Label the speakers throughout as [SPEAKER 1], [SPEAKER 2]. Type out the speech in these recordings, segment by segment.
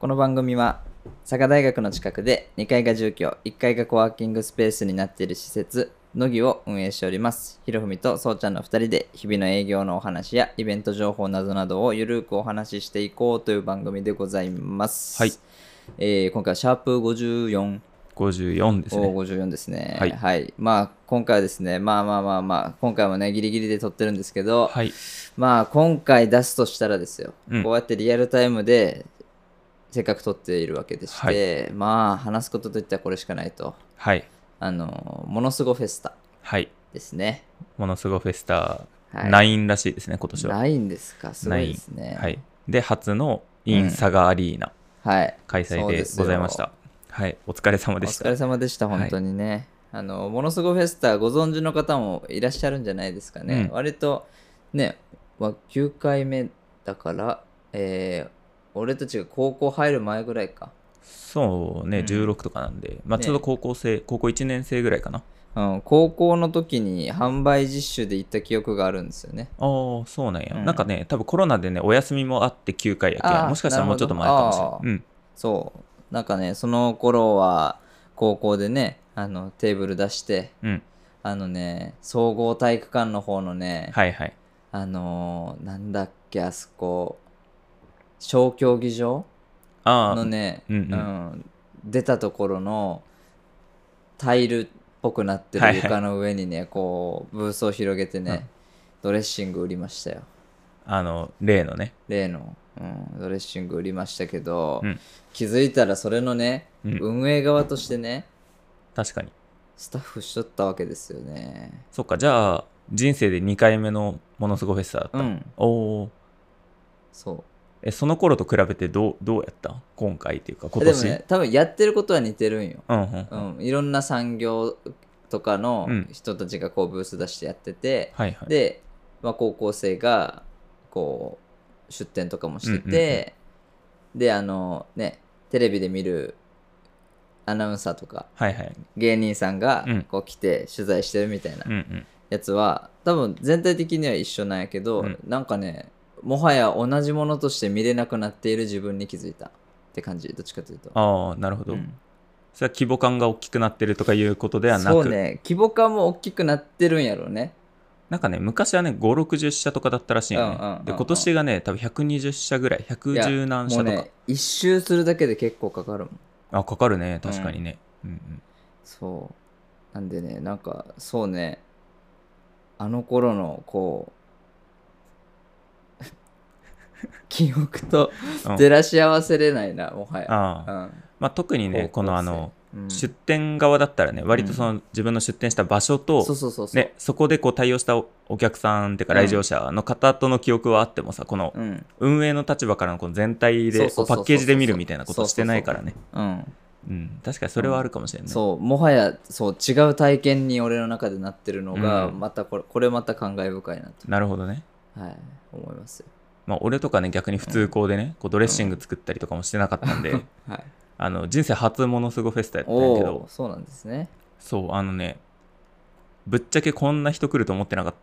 [SPEAKER 1] この番組は佐賀大学の近くで2階が住居1階がコワーキングスペースになっている施設乃木を運営しておりますひろふみとそうちゃんの2人で日々の営業のお話やイベント情報などなどをゆるくお話ししていこうという番組でございます、
[SPEAKER 2] はい
[SPEAKER 1] えー今回はシャープ54
[SPEAKER 2] 54ですね。
[SPEAKER 1] お54ですね。は、
[SPEAKER 2] はいい
[SPEAKER 1] まあ、今回はですね、まあまあまあまあ、今回もね、ギリギリで撮ってるんですけど、
[SPEAKER 2] はい。
[SPEAKER 1] まあ、今回出すとしたらですよ、
[SPEAKER 2] うん
[SPEAKER 1] こうやってリアルタイムで、せっかく撮っているわけでして、まあ、話すことといったらこれしかないと。
[SPEAKER 2] はい。
[SPEAKER 1] あの、ものすごフェスタ
[SPEAKER 2] はい。
[SPEAKER 1] ですね。
[SPEAKER 2] ものすごフェスタ、
[SPEAKER 1] はい
[SPEAKER 2] 9らしいですね、今年は。
[SPEAKER 1] ないんですか、すごいですね。
[SPEAKER 2] はい。で、初の in 佐賀アリーナ
[SPEAKER 1] はい。
[SPEAKER 2] 開催でございました。はい。お疲れ様
[SPEAKER 1] お
[SPEAKER 2] でし
[SPEAKER 1] 疲
[SPEAKER 2] た
[SPEAKER 1] れ。様でした、
[SPEAKER 2] はい
[SPEAKER 1] 本当にね。あの、ものすごフェスタ、ご存知の方もいらっしゃるんじゃないですかね。
[SPEAKER 2] うん
[SPEAKER 1] 割と、ね、まあ、9回目だから、えー俺たちが高校入る前ぐらいか。
[SPEAKER 2] そうね、
[SPEAKER 1] うん
[SPEAKER 2] 16とかなんで、まあ
[SPEAKER 1] ね
[SPEAKER 2] ちょうど高校生、高校1年生ぐらいかな。
[SPEAKER 1] うん、高校の時に販売実習で行った記憶があるんですよね。
[SPEAKER 2] ああ、そうなんや、
[SPEAKER 1] うん
[SPEAKER 2] なんかね、多分コロナでね、お休みもあって9回やけ
[SPEAKER 1] あー
[SPEAKER 2] ん、もしかしたらもうちょっと前かもしれない。うん。
[SPEAKER 1] そう。なんかね、その頃は、高校でね、あの、テーブル出して、
[SPEAKER 2] うん。
[SPEAKER 1] あのね、総合体育館の方のね、
[SPEAKER 2] はいはい。
[SPEAKER 1] あのーなんだっけあそこ小競技場
[SPEAKER 2] あ
[SPEAKER 1] の
[SPEAKER 2] あ、
[SPEAKER 1] ね、
[SPEAKER 2] うんうん
[SPEAKER 1] ん出たところのタイルっぽくなって
[SPEAKER 2] はい
[SPEAKER 1] る
[SPEAKER 2] はい
[SPEAKER 1] 床の上にね、こうブースを広げてね、
[SPEAKER 2] うん
[SPEAKER 1] ドレッシング売りましたよ
[SPEAKER 2] あの、例のね。
[SPEAKER 1] 例の、うん、ドレッシング売りましたけど、
[SPEAKER 2] うん
[SPEAKER 1] 気づいたらそれのね、
[SPEAKER 2] うん
[SPEAKER 1] 運営側としてね
[SPEAKER 2] 確かに。
[SPEAKER 1] スタッフしとったわけですよね
[SPEAKER 2] そっか、じゃあ、人生で2回目のものすごフェスタだった。
[SPEAKER 1] うん
[SPEAKER 2] おお。
[SPEAKER 1] そう
[SPEAKER 2] え、その頃と比べてどう、どうやった今回っていうか、今
[SPEAKER 1] でも
[SPEAKER 2] 年。
[SPEAKER 1] ね多分やってることは似てるんよ
[SPEAKER 2] うんうんうん。
[SPEAKER 1] うん、いろんな産業とかの
[SPEAKER 2] うん
[SPEAKER 1] 人たちがこうブース出してやってて、
[SPEAKER 2] はいはい。
[SPEAKER 1] で、まあ、高校生がこう出店とかもしてて、であのねテレビで見るアナウンサーとか
[SPEAKER 2] はいはい。
[SPEAKER 1] 芸人さんが
[SPEAKER 2] うん
[SPEAKER 1] こう来て取材してるみたいな
[SPEAKER 2] うんうん。
[SPEAKER 1] やつは多分全体的には一緒なんやけど、
[SPEAKER 2] うん
[SPEAKER 1] なんかねもはや同じものとして見れなくなっている自分に気づいたって感じどっちかというと。
[SPEAKER 2] ああ、なるほど、
[SPEAKER 1] うん
[SPEAKER 2] それは規模感が大きくなってるとかいうことではなく、
[SPEAKER 1] そうね規模感も大きくなってるんやろうね
[SPEAKER 2] なんかね、昔はね、5、60社とかだったらしいよね。
[SPEAKER 1] うんうんうんうん
[SPEAKER 2] で、今年がね、多分120社ぐらい、110何
[SPEAKER 1] も
[SPEAKER 2] 社
[SPEAKER 1] う
[SPEAKER 2] とか。
[SPEAKER 1] ね一周するだけで結構かかるもん
[SPEAKER 2] あ、かかるね、確かにね。うんうん、
[SPEAKER 1] そうなんでねなんかそうねあの頃のこう 記憶と
[SPEAKER 2] うん
[SPEAKER 1] 照らし合わせれないなもはや、
[SPEAKER 2] あ
[SPEAKER 1] う
[SPEAKER 2] あ、
[SPEAKER 1] ん
[SPEAKER 2] まあ、特に
[SPEAKER 1] 高
[SPEAKER 2] ね、
[SPEAKER 1] 校
[SPEAKER 2] こ
[SPEAKER 1] 生
[SPEAKER 2] のあの、
[SPEAKER 1] うん
[SPEAKER 2] 出店側だったらね、割とその、自分の出店した場所と、
[SPEAKER 1] そうそうそうそう、
[SPEAKER 2] ね、そこでこう対応したおお客さんっていうか
[SPEAKER 1] うん
[SPEAKER 2] 来場者の方との記憶はあってもさ、この
[SPEAKER 1] うん
[SPEAKER 2] 運営の立場からのこの全体で
[SPEAKER 1] そ
[SPEAKER 2] こ
[SPEAKER 1] うそうそう
[SPEAKER 2] う
[SPEAKER 1] そう
[SPEAKER 2] パッケージで見るみたいなことしてないからね
[SPEAKER 1] うん
[SPEAKER 2] うん確かにそれはあるかもしれない、
[SPEAKER 1] そうもはやそう違う体験に俺の中でなってるのが、
[SPEAKER 2] うん
[SPEAKER 1] またこれこれまた感慨深いな
[SPEAKER 2] なるほどね
[SPEAKER 1] と、はい、思いますよ
[SPEAKER 2] まあ俺とかね逆に普通校でねこうドレッシング作ったりとかもしてなかったんで、
[SPEAKER 1] はい、
[SPEAKER 2] あの人生初ものすごフェスタやったんやけ
[SPEAKER 1] おお
[SPEAKER 2] ど
[SPEAKER 1] そうなんですね
[SPEAKER 2] そうあのねぶっちゃけこんな人来ると思ってなかっ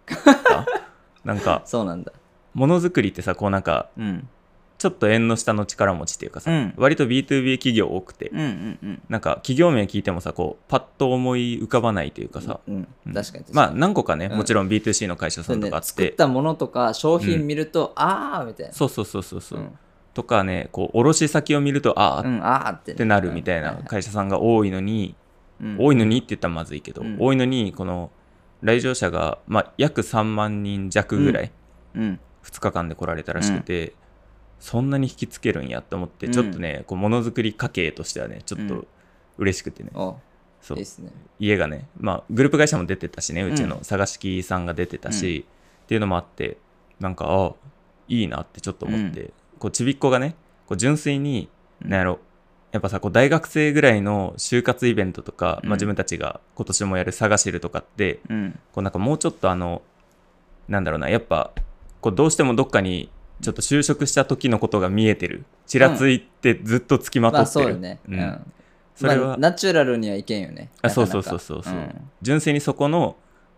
[SPEAKER 2] た なんか
[SPEAKER 1] そうなんだ
[SPEAKER 2] ものづくりってさこうなんか
[SPEAKER 1] うん
[SPEAKER 2] ちょっと縁の下の力持ちっていうかさ、
[SPEAKER 1] うん
[SPEAKER 2] 割と B2B 企業多くて、
[SPEAKER 1] うんうんうん
[SPEAKER 2] なんか企業名聞いてもさこうパッと思い浮かばないというかさ、
[SPEAKER 1] うん
[SPEAKER 2] う
[SPEAKER 1] 確か
[SPEAKER 2] ん
[SPEAKER 1] に確かに
[SPEAKER 2] まあ何個かね、
[SPEAKER 1] うん
[SPEAKER 2] もちろん B2C の会社
[SPEAKER 1] そ
[SPEAKER 2] さ
[SPEAKER 1] れ
[SPEAKER 2] んと
[SPEAKER 1] ね
[SPEAKER 2] かあっ
[SPEAKER 1] 作ってたものとか商品見ると、ああみたいな
[SPEAKER 2] そうそうそうそうそう、
[SPEAKER 1] うん
[SPEAKER 2] とかねこう卸先を見るとああ
[SPEAKER 1] う
[SPEAKER 2] っ
[SPEAKER 1] んああってね
[SPEAKER 2] てなるみたいな会社さんが多いのに、
[SPEAKER 1] うん
[SPEAKER 2] 多いのにって言ったらまずいけど、
[SPEAKER 1] うん
[SPEAKER 2] 多いのにこの来場者が、まあ、約3万人弱ぐらい、
[SPEAKER 1] うん
[SPEAKER 2] 2日間で来られたらしくて、そんなに引きつけるんやと思って、ちょっとねこうものづくり家系としてはねちょっ
[SPEAKER 1] うん
[SPEAKER 2] と嬉しくてね、
[SPEAKER 1] お
[SPEAKER 2] そう
[SPEAKER 1] いいっすね
[SPEAKER 2] 家がね、まあ、グループ会社も出てたしね
[SPEAKER 1] ん
[SPEAKER 2] うちの探し機さんが出てたし、っていうのもあってなんかあいいなってちょっと思って、こうちびっこがねこう純粋に
[SPEAKER 1] うん
[SPEAKER 2] なんやろやっぱさこう大学生ぐらいの就活イベントとか、
[SPEAKER 1] うん
[SPEAKER 2] まあ、自分たちが今年もやる探しるとかって
[SPEAKER 1] うん
[SPEAKER 2] こうなんかもうちょっとあのなんだろうなやっぱこうどうしてもどっかにちょっと就職した時のことが見えてるちらついてずっとつきまと
[SPEAKER 1] まあ
[SPEAKER 2] って
[SPEAKER 1] そう
[SPEAKER 2] る、
[SPEAKER 1] よね
[SPEAKER 2] うん
[SPEAKER 1] うん
[SPEAKER 2] それは、
[SPEAKER 1] まあナチュラルにはいけんよね
[SPEAKER 2] あ
[SPEAKER 1] なか
[SPEAKER 2] そ
[SPEAKER 1] な
[SPEAKER 2] う
[SPEAKER 1] か
[SPEAKER 2] そうそうそうそう、
[SPEAKER 1] ん
[SPEAKER 2] 純粋にそこの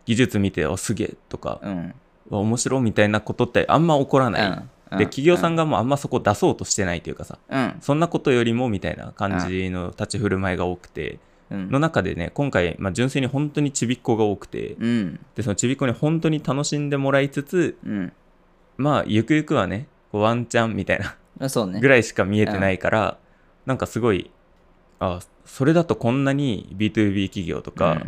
[SPEAKER 2] 技術見ておすげえとか、
[SPEAKER 1] うん
[SPEAKER 2] わ面白いみたいなことってあんま起こらない、
[SPEAKER 1] うんうん
[SPEAKER 2] で企業さんがもうあんまそこ出そうとしてないというかさ
[SPEAKER 1] うん
[SPEAKER 2] そんなことよりもみたいな感じの立ち振る舞いが多くて
[SPEAKER 1] うん
[SPEAKER 2] の中でね今回、まあ、純粋に本当にちびっ子が多くて
[SPEAKER 1] うん
[SPEAKER 2] でそのちびっ子に本当に楽しんでもらいつつ
[SPEAKER 1] うん
[SPEAKER 2] まあゆくゆくはねこうワンチャンみたいな
[SPEAKER 1] あそうね
[SPEAKER 2] ぐらいしか見えてないから、なんかすごいあそれだとこんなに B2B 企業とか、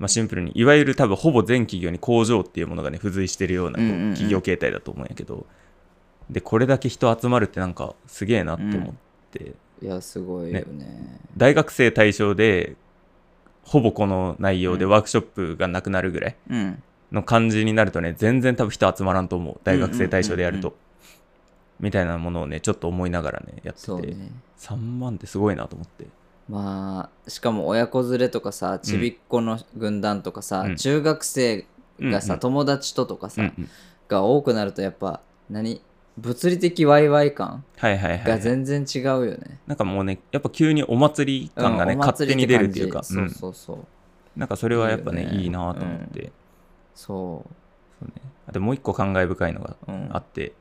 [SPEAKER 2] まあ、シンプルにいわゆる多分ほぼ全企業に工場っていうものがね付随してるようなこう
[SPEAKER 1] うんうんうん
[SPEAKER 2] 企業形態だと思うんやけど、でこれだけ人集まるってなんかすげえなって思って、
[SPEAKER 1] うん、いやすごいよね
[SPEAKER 2] 大学生対象でほぼこの内容で
[SPEAKER 1] うん
[SPEAKER 2] ワークショップがなくなるぐらい
[SPEAKER 1] うん
[SPEAKER 2] の感じになるとね全然多分人集まらんと思う大学生対象でやると、
[SPEAKER 1] う
[SPEAKER 2] みたいなものをねちょっと思いながらねやってて、
[SPEAKER 1] そうね
[SPEAKER 2] 3万ってすごいなと思って
[SPEAKER 1] まあしかも親子連れとかさちびっ子の軍団とかさ、
[SPEAKER 2] うん
[SPEAKER 1] 中学生がさ、
[SPEAKER 2] うんうん
[SPEAKER 1] 友達ととかさ、
[SPEAKER 2] うんうん
[SPEAKER 1] が多くなるとやっぱ何物理的ワイワイ感
[SPEAKER 2] はいはいはい、
[SPEAKER 1] が全然違うよね、
[SPEAKER 2] なんかもうねやっぱ急にお祭り感がね、
[SPEAKER 1] うんお
[SPEAKER 2] 勝手
[SPEAKER 1] 祭り
[SPEAKER 2] に出るっていうか
[SPEAKER 1] 感じ
[SPEAKER 2] うん
[SPEAKER 1] そうそうそう
[SPEAKER 2] なんかそれはやっぱねいい
[SPEAKER 1] いいよね
[SPEAKER 2] なと思って、
[SPEAKER 1] そ
[SPEAKER 2] そうね、あともう一個感慨深いのが
[SPEAKER 1] う、うん、
[SPEAKER 2] あって、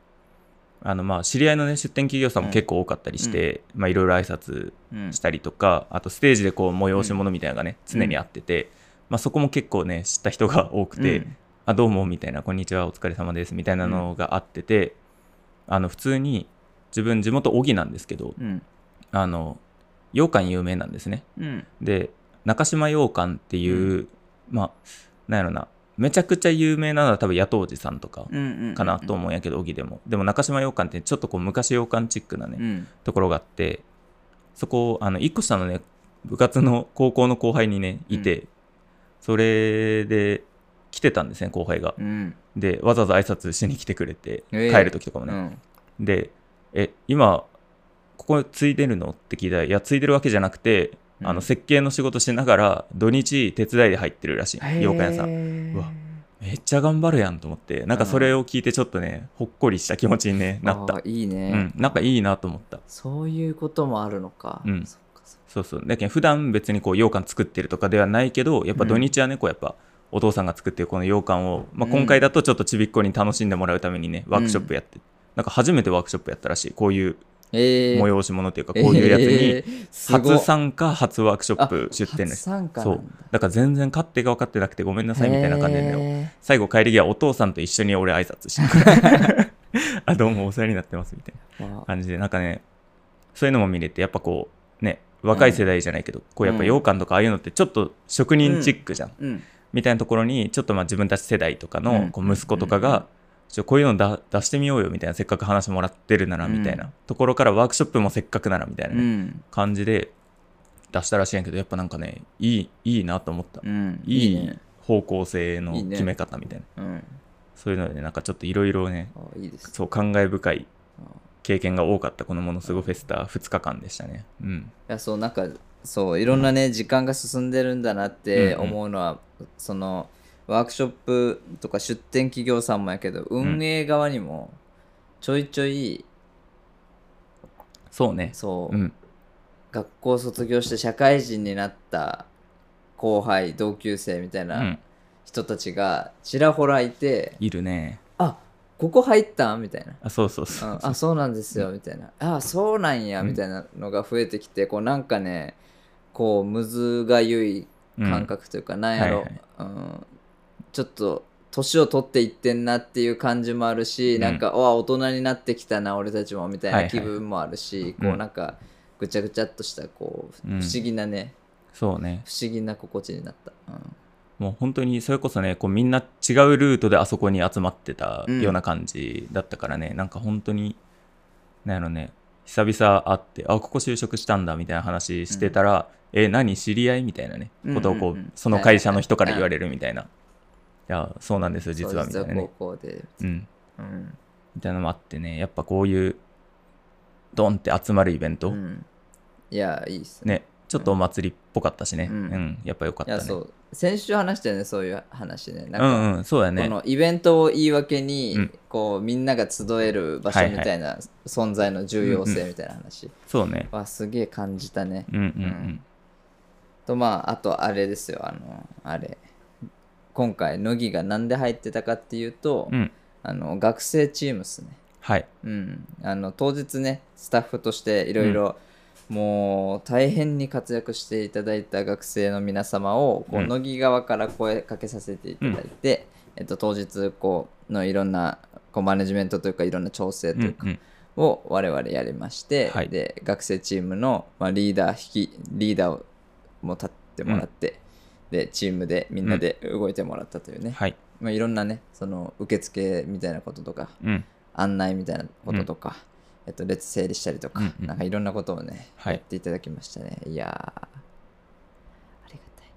[SPEAKER 2] あのまあ知り合いのね出店企業さんも結構多かったりして、まあいろいろ挨拶
[SPEAKER 1] うん
[SPEAKER 2] したりとかあとステージでこう催し物みたいなのがね、
[SPEAKER 1] うん
[SPEAKER 2] 常にあってて、まあ、そこも結構ね知った人が多くて、
[SPEAKER 1] うん
[SPEAKER 2] あどうもみたいなこんにちはお疲れ様ですみたいなのがあってて、あの普通に自分地元小城なんですけど
[SPEAKER 1] うん
[SPEAKER 2] あの羊羹有名なんですね
[SPEAKER 1] うん
[SPEAKER 2] で中島羊羹っていう、まあなんやろなめちゃくちゃ有名なのは多分野党寺さんとか
[SPEAKER 1] うんうん
[SPEAKER 2] かなと思うんやけど荻でもでも中島羊羹ってちょっとこう昔羊羹チックなね、
[SPEAKER 1] うん
[SPEAKER 2] ところがあってそこあの1個下のね部活の高校の後輩にねいて、それで来てたんですね後輩が
[SPEAKER 1] うん
[SPEAKER 2] でわざわざ挨拶しに来てくれて、
[SPEAKER 1] ええ
[SPEAKER 2] 帰る時とか
[SPEAKER 1] う
[SPEAKER 2] も
[SPEAKER 1] ん
[SPEAKER 2] ね、
[SPEAKER 1] うん
[SPEAKER 2] で「え今ここついでるの?」って聞いたら「いやついでるわけじゃなくて、
[SPEAKER 1] うん
[SPEAKER 2] あの設計の仕事しながら土日手伝いで入ってるらしい洋館屋さ
[SPEAKER 1] ん
[SPEAKER 2] んうわめっちゃ頑張るやん」と思ってなんかそれを聞いてちょっとねほっこりした気持ちに、ね、なった、
[SPEAKER 1] いいね、
[SPEAKER 2] うん、なんかいいなと思った
[SPEAKER 1] そういうこともあるのか、
[SPEAKER 2] うん
[SPEAKER 1] そっかそっか
[SPEAKER 2] そうそうだけど普段別にこう羊羹作ってるとかではないけどやっぱ土日はねこうやっぱお父さんが作ってるこの羊羹を、まあ、
[SPEAKER 1] うん
[SPEAKER 2] 今回だとちょっとちびっこに楽しんでもらうためにねワークショップやって、なんか初めてワークショップやったらしいこういう
[SPEAKER 1] ええ
[SPEAKER 2] 催し物というかこういうやつに
[SPEAKER 1] に
[SPEAKER 2] 初参加初ワークショップ出店
[SPEAKER 1] 初
[SPEAKER 2] です
[SPEAKER 1] 参加
[SPEAKER 2] そ
[SPEAKER 1] な
[SPEAKER 2] うん
[SPEAKER 1] だ
[SPEAKER 2] だから全然勝手が分かってなくてごめんなさいみたいな感じで、ね、
[SPEAKER 1] へ
[SPEAKER 2] 最後帰り際お父さんと一緒に俺挨拶して あどうもお世話になってますみたいな
[SPEAKER 1] ーわ
[SPEAKER 2] 感じでなんかねそういうのも見れてやっぱこうね若い世代じゃないけど、こうやっぱ羊羹とかああいうのってちょっと職人チックじゃん、
[SPEAKER 1] うん
[SPEAKER 2] みたいなところにちょっとまあ自分たち世代とか
[SPEAKER 1] う
[SPEAKER 2] の
[SPEAKER 1] ん
[SPEAKER 2] こう息子とかが、ちょこういうのだ出してみようよみたいなせっかく話もらってるなら
[SPEAKER 1] うん
[SPEAKER 2] みたいな、ところからワークショップもせっかくならみたいな
[SPEAKER 1] う
[SPEAKER 2] ね、
[SPEAKER 1] ん
[SPEAKER 2] 感じで出したらしいんやけどやっぱなんかねいいいいなと思った、
[SPEAKER 1] うん
[SPEAKER 2] いい
[SPEAKER 1] いいね
[SPEAKER 2] 方向性の
[SPEAKER 1] いいね
[SPEAKER 2] 決め方みたいな
[SPEAKER 1] うん
[SPEAKER 2] そういうのでねなんかちょっといろいろね
[SPEAKER 1] あいいです
[SPEAKER 2] そう感慨深い
[SPEAKER 1] あー
[SPEAKER 2] 経験が多かったこのものすごフェスタ2日間でしたね。うん。
[SPEAKER 1] いやそうなんかそういろんなね、時間が進んでるんだなって思うのは、そのワークショップとか出店企業さんもやけど運営側にもちょいちょい、
[SPEAKER 2] そうね。
[SPEAKER 1] そう、
[SPEAKER 2] うん。。
[SPEAKER 1] 学校卒業して社会人になった後輩同級生みたいうなん人たちがちらほらいて、
[SPEAKER 2] いるね。
[SPEAKER 1] あここ入ったんみたいな。。
[SPEAKER 2] あ、そうそうそううん
[SPEAKER 1] あそうなんですよみたいな、あそうなんや
[SPEAKER 2] うん
[SPEAKER 1] みたいなのが増えてきて、こうなんかねこうむずがゆい
[SPEAKER 2] うん
[SPEAKER 1] 感。覚というか、なんやろ、
[SPEAKER 2] はいはい
[SPEAKER 1] うん、ちょっと年を取っていってんなっていう感じもあるし、
[SPEAKER 2] うん
[SPEAKER 1] なんかわあ大人になってきたな俺たちもみたい
[SPEAKER 2] は
[SPEAKER 1] な
[SPEAKER 2] いはい
[SPEAKER 1] 気分もあるし、
[SPEAKER 2] う
[SPEAKER 1] こ
[SPEAKER 2] ん
[SPEAKER 1] うなんかぐちゃぐちゃっとしたこう不
[SPEAKER 2] うん
[SPEAKER 1] 思議なね、
[SPEAKER 2] そうね。
[SPEAKER 1] 不思議な心地になった、うん
[SPEAKER 2] もう本当にそれこそね、こうみんな違うルートであそこに集まってた
[SPEAKER 1] うん
[SPEAKER 2] ような感じだったからね、なんか本当に、なんやろね、久々会って、あ、ここ就職したんだみたいな話してたら、え、何知り合いみたいなね、ことをこう、
[SPEAKER 1] うんうんうん
[SPEAKER 2] その会社の人から言われるみたいな。いや、そうなんですよ、実はみ
[SPEAKER 1] そ
[SPEAKER 2] た
[SPEAKER 1] う
[SPEAKER 2] い
[SPEAKER 1] 実
[SPEAKER 2] な
[SPEAKER 1] は
[SPEAKER 2] ね。
[SPEAKER 1] 高校で、
[SPEAKER 2] うん。
[SPEAKER 1] うん
[SPEAKER 2] みたいなのもあってね、やっぱこういう、ドンって集まるイベント、
[SPEAKER 1] うんいやいいっすね
[SPEAKER 2] ね、ちょっとお祭りっぽかったしね、う、
[SPEAKER 1] うんん
[SPEAKER 2] やっぱ良か
[SPEAKER 1] い
[SPEAKER 2] った
[SPEAKER 1] や
[SPEAKER 2] ね。
[SPEAKER 1] そうう先週話したよねそういう話ねなんか、
[SPEAKER 2] んうん、そうだね
[SPEAKER 1] こ。のイベントを言い訳に、
[SPEAKER 2] うん
[SPEAKER 1] こうみんなが集える場所みたいな存在の重要性みたいな話
[SPEAKER 2] そうね。
[SPEAKER 1] はすげえ感じたね。
[SPEAKER 2] うんうんう
[SPEAKER 1] うんん。とまああとあれですよあのあれ今回乃木が何で入ってたかっていうと、
[SPEAKER 2] うん
[SPEAKER 1] あの学生チームっすね。
[SPEAKER 2] はい。
[SPEAKER 1] うん、あの当日ねスタッフとしていろいろもう大変に活躍していただいた学生の皆様をこう
[SPEAKER 2] うん
[SPEAKER 1] 乃木側から声かけさせていただいて、えっと、当日こうのいろんなこうマネジメントというかいろんな調整
[SPEAKER 2] う
[SPEAKER 1] というんか
[SPEAKER 2] うん。
[SPEAKER 1] を我々やりまして、
[SPEAKER 2] はい
[SPEAKER 1] で学生チームの、まあ、リーダー引きリーダーをも立ってもらって、でチームでみんなで動いてもらったというね、
[SPEAKER 2] はい。
[SPEAKER 1] まあ、いろんなねその受付みたいなこととか
[SPEAKER 2] うん。
[SPEAKER 1] 案内みたいなこととか、えっと、列整理したりとか、
[SPEAKER 2] うんうん
[SPEAKER 1] なんかいろんなことをね、
[SPEAKER 2] はい
[SPEAKER 1] やっていただきましたね。いやー、ありがたい。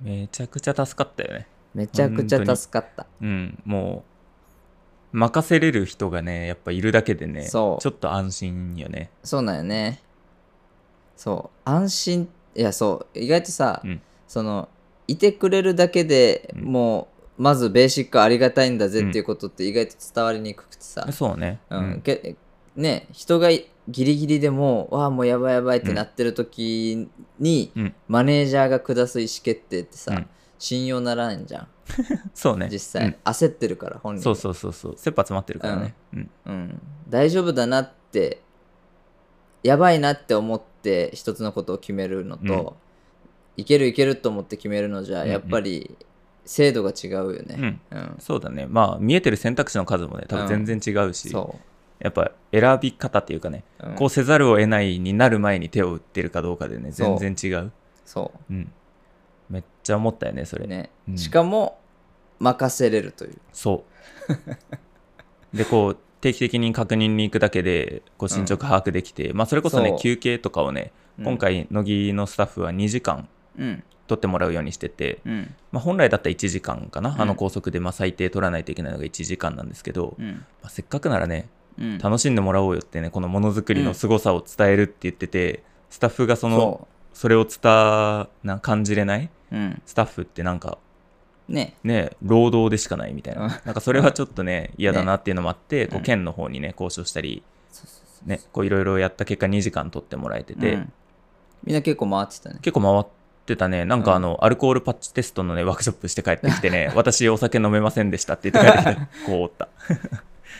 [SPEAKER 2] めちゃくちゃ助かったよね。
[SPEAKER 1] めちゃくち
[SPEAKER 2] 本当
[SPEAKER 1] ゃ
[SPEAKER 2] に
[SPEAKER 1] 助かった。
[SPEAKER 2] うん。もう、任せれる人がね、やっぱいるだけでね、ち
[SPEAKER 1] そう
[SPEAKER 2] ょっと安心よね。
[SPEAKER 1] そうなんよね。そう、安心、いや、そう、意外とさ、
[SPEAKER 2] うん
[SPEAKER 1] その、いてくれるだけで
[SPEAKER 2] うん
[SPEAKER 1] もう、まずベーシックありがたいんだぜっていうことって意外と伝わりにくくてさ、
[SPEAKER 2] そうね。
[SPEAKER 1] うん。けね、人がいギリギリでもうわあもうやばいやばいってなってる時に、
[SPEAKER 2] うん
[SPEAKER 1] マネージャーが下す意思決定ってさ、
[SPEAKER 2] うん
[SPEAKER 1] 信用ならんじゃん
[SPEAKER 2] そうね。
[SPEAKER 1] 実際、焦ってるから本
[SPEAKER 2] うん。
[SPEAKER 1] 人
[SPEAKER 2] そうそうそうそう。切羽詰まってるからね。うん。
[SPEAKER 1] うん、大丈夫だなってやばいなって思って一つのことを決めるのと、いけるいけると思って決めるのじゃ、
[SPEAKER 2] うんうん
[SPEAKER 1] やっぱり精度が違うよね、
[SPEAKER 2] うん。
[SPEAKER 1] うん
[SPEAKER 2] そうだね。まあ、見えてる選択肢の数もね、多分全然違うし、
[SPEAKER 1] そ
[SPEAKER 2] やっぱ選び方っていうかね、
[SPEAKER 1] う、うん
[SPEAKER 2] こうせざるを得ないになる前に手を打ってるかどうかでね、
[SPEAKER 1] そう
[SPEAKER 2] 全然違う。
[SPEAKER 1] そ
[SPEAKER 2] うん。めっちゃ思ったよね、それ。
[SPEAKER 1] うね、
[SPEAKER 2] うん
[SPEAKER 1] しかも任せれるという
[SPEAKER 2] そう。で、こう、定期的に確認に行くだけで、こう進捗把握できて、まあ、それこそね
[SPEAKER 1] そう、
[SPEAKER 2] 休憩とかをね、
[SPEAKER 1] うん
[SPEAKER 2] 今回、乃木のスタッフは2時間
[SPEAKER 1] うん
[SPEAKER 2] 取ってもらうようにしてて、
[SPEAKER 1] うん
[SPEAKER 2] まあ、本来だったら1時間かな、
[SPEAKER 1] うん
[SPEAKER 2] あの高速で、まあ、最低取らないといけないのが1時間なんですけど、
[SPEAKER 1] うん
[SPEAKER 2] まあ、せっかくならね、
[SPEAKER 1] うん
[SPEAKER 2] 楽しんでもらおうよってね、このものづくりの凄さを伝えるって言ってて、スタッフがその、
[SPEAKER 1] そ
[SPEAKER 2] それを伝な、感じれない、
[SPEAKER 1] う、うん、
[SPEAKER 2] スタッフってなんか、
[SPEAKER 1] ね
[SPEAKER 2] ね、労働でしかないみたい
[SPEAKER 1] うん
[SPEAKER 2] な、なんかそれはちょっと ね、嫌だなっていうのもあって、こ
[SPEAKER 1] う
[SPEAKER 2] うん県の方にね、交渉したり、
[SPEAKER 1] そうそうそう
[SPEAKER 2] ね、こういろいろやった結果、2時間取ってもらえてて、
[SPEAKER 1] うんみんな結構回ってたね
[SPEAKER 2] 結構回ってたね、なん
[SPEAKER 1] う
[SPEAKER 2] か
[SPEAKER 1] ん
[SPEAKER 2] あの、アルコールパッチテストのね、ワークショップして帰ってき てね、私、お酒飲めませんでしたって言って帰ってきて、こうおった、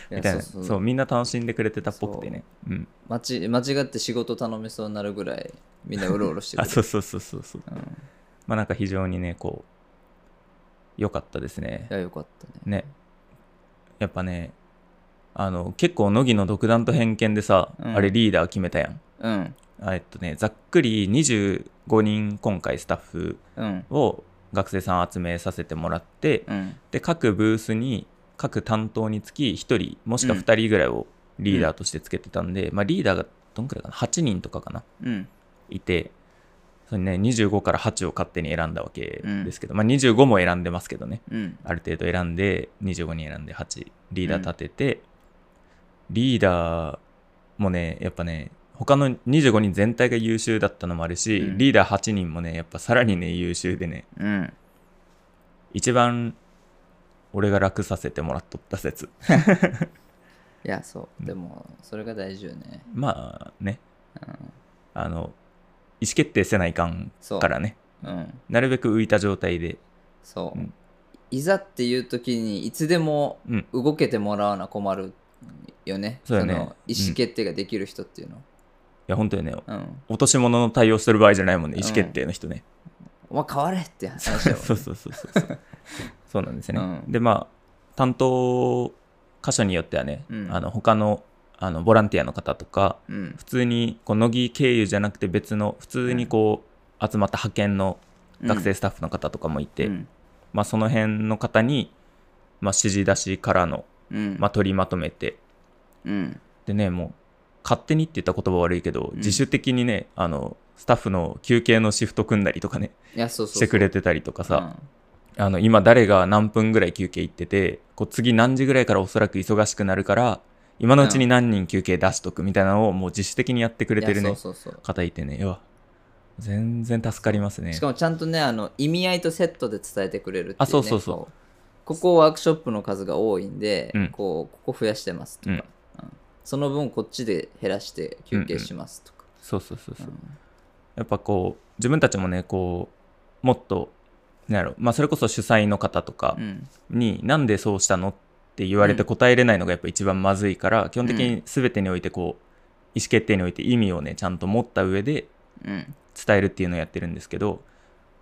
[SPEAKER 2] みたいな、
[SPEAKER 1] や
[SPEAKER 2] そ
[SPEAKER 1] そううそう
[SPEAKER 2] みんな楽しんでくれてたっぽくてね、うん、
[SPEAKER 1] 間ち間違って仕事頼めそうになるぐらいみんなうろうろしてく
[SPEAKER 2] あ
[SPEAKER 1] れ
[SPEAKER 2] そ
[SPEAKER 1] て
[SPEAKER 2] うそうそうそうそう、
[SPEAKER 1] うんい
[SPEAKER 2] まあなんか非常にね、こう、良かったですね。
[SPEAKER 1] やよかったね
[SPEAKER 2] ね、やっぱね、あの、結構、乃木の独断と偏見でさ、
[SPEAKER 1] うん
[SPEAKER 2] あれ、リーダー決めたやん。
[SPEAKER 1] うん
[SPEAKER 2] あえっとね、ざっくり25人今回スタッフ
[SPEAKER 1] うん
[SPEAKER 2] を学生さん集めさせてもらって、
[SPEAKER 1] うん
[SPEAKER 2] で各ブースに各担当につき1人もしくは2人ぐらいをリーダーとしてつけてたんで、まあ、リーダーがどんくらいかな8人とかかな
[SPEAKER 1] うん
[SPEAKER 2] いてそれ、ね、25から8を勝手に選んだわけですけど、まあ、25も選んでますけどね
[SPEAKER 1] うん
[SPEAKER 2] ある程度選んで25人選んで8リーダー立てて、リーダーもねやっぱね他の25人全体が優秀だったのもあるし、
[SPEAKER 1] うん
[SPEAKER 2] リーダー8人もねやっぱさらにね優秀でね
[SPEAKER 1] うん
[SPEAKER 2] 一番俺が楽させてもらっとった説
[SPEAKER 1] いやそう
[SPEAKER 2] うん
[SPEAKER 1] でもそれが大事よね
[SPEAKER 2] まあね
[SPEAKER 1] うん
[SPEAKER 2] あの意思決定せないかん
[SPEAKER 1] そう
[SPEAKER 2] からね
[SPEAKER 1] うん
[SPEAKER 2] なるべく浮いた状態で
[SPEAKER 1] そう
[SPEAKER 2] うん
[SPEAKER 1] いざっていう時にいつでも
[SPEAKER 2] うん
[SPEAKER 1] 動けてもらわな困るよね
[SPEAKER 2] そうだね
[SPEAKER 1] の意思決定ができる人っていうの
[SPEAKER 2] いや本当にね
[SPEAKER 1] うん
[SPEAKER 2] 落とし物の対応してる場合じゃないもんね
[SPEAKER 1] うん
[SPEAKER 2] 意思決定の人ね、
[SPEAKER 1] お前変われって話だ
[SPEAKER 2] そう
[SPEAKER 1] よ
[SPEAKER 2] そうそうそ うそうそうなんですね、
[SPEAKER 1] うん
[SPEAKER 2] でまあ担当箇所によってはね、
[SPEAKER 1] うん
[SPEAKER 2] あの他のあのボランティアの方とか
[SPEAKER 1] うん
[SPEAKER 2] 普通にこう乃木経由じゃなくて別の普通にこう集まった派遣の学生スタッフの方とかもいて、
[SPEAKER 1] うん
[SPEAKER 2] まあ、その辺の方に、まあ、指示出しからの、
[SPEAKER 1] うん
[SPEAKER 2] まあ、取りまとめて
[SPEAKER 1] うん
[SPEAKER 2] でねもう勝手にって言ったら言葉悪いけど、
[SPEAKER 1] うん
[SPEAKER 2] 自主的にねあのスタッフの休憩のシフト組んだりとかね
[SPEAKER 1] いやそうそうそう
[SPEAKER 2] してくれてたりとかさ、
[SPEAKER 1] うん
[SPEAKER 2] あの今誰が何分ぐらい休憩行っててこう次何時ぐらいからおそらく忙しくなるから今のうちに何人休憩出しとくみたいなのをもう自主的にやってくれてる
[SPEAKER 1] いや
[SPEAKER 2] ね
[SPEAKER 1] そうそうそう
[SPEAKER 2] 方いてねうわ全然助かりますね
[SPEAKER 1] しかもちゃんとねあの意味合いとセットで伝えてくれるっていね
[SPEAKER 2] あそうそうそう
[SPEAKER 1] こここワークショップの数が多いんで、
[SPEAKER 2] うん
[SPEAKER 1] こうここ増やしてますとか、
[SPEAKER 2] うん
[SPEAKER 1] うんその分こっちで減らして休憩しますとか、
[SPEAKER 2] そうそうそうそううんやっぱこう自分たちもねこうもっとなんやろ、まあ、それこそ主催の方とか
[SPEAKER 1] うん
[SPEAKER 2] に、なんでそうしたのっって言われて答えれないのがやっぱ一番まずいから、基本的に全てにおいてこう意思決定において意味をねちゃんと持った上で
[SPEAKER 1] うん。
[SPEAKER 2] 伝えるっていうのをやってるんですけど、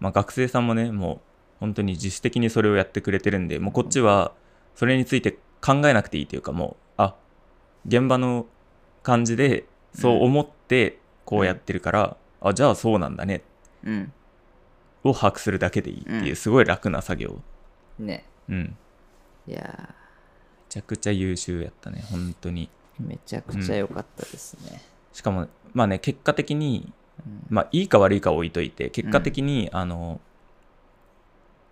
[SPEAKER 2] まあ、学生さんもねもう本当に自主的にそれをやってくれてるんでもうこっちはそれについて考えなくていいというかもうあ現場の感じでそう思ってこうやってるから、あじゃあそうなんだね
[SPEAKER 1] うん。
[SPEAKER 2] を把握するだけでいいっていううんすごい楽な作業、
[SPEAKER 1] ね。
[SPEAKER 2] うん、め
[SPEAKER 1] いや
[SPEAKER 2] ちゃくちゃ優秀やったね本当に
[SPEAKER 1] ー、めちゃくちゃ良かったですね。
[SPEAKER 2] しかもまあね結果的に
[SPEAKER 1] うん
[SPEAKER 2] まあ、いいか悪いかは置いといて、結果的に、あの、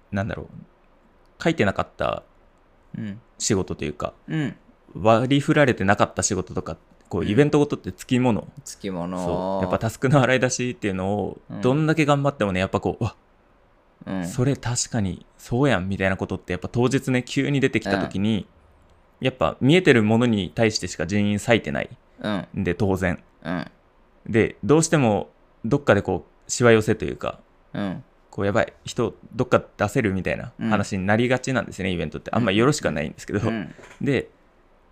[SPEAKER 2] なんだろう、書いてなかった
[SPEAKER 1] うん。
[SPEAKER 2] 仕事というか、
[SPEAKER 1] うん。
[SPEAKER 2] 割り振られてなかった仕事とか、こう、
[SPEAKER 1] うん
[SPEAKER 2] イベントごとってつきもの、
[SPEAKER 1] つきも
[SPEAKER 2] そ
[SPEAKER 1] の。
[SPEAKER 2] う、やっぱタスクの洗い出しっていうのを
[SPEAKER 1] う、ん
[SPEAKER 2] どんだけ頑張ってもね、やっぱこう、うわ、
[SPEAKER 1] うん。
[SPEAKER 2] それ確かにそうやんみたいなことって、やっぱ当日ね、急に出てきた時に、やっぱ見えてるものに対してしか人員割いてない
[SPEAKER 1] うん。
[SPEAKER 2] んで、当然。
[SPEAKER 1] うん。
[SPEAKER 2] で、どうしても、どっかでこう、しわ寄せというか、
[SPEAKER 1] うん。
[SPEAKER 2] こうやばい人どっか出せるみたいな
[SPEAKER 1] うん
[SPEAKER 2] 話になりがちなんですね、イベントってあんまよろしくはないんですけど、
[SPEAKER 1] うん
[SPEAKER 2] で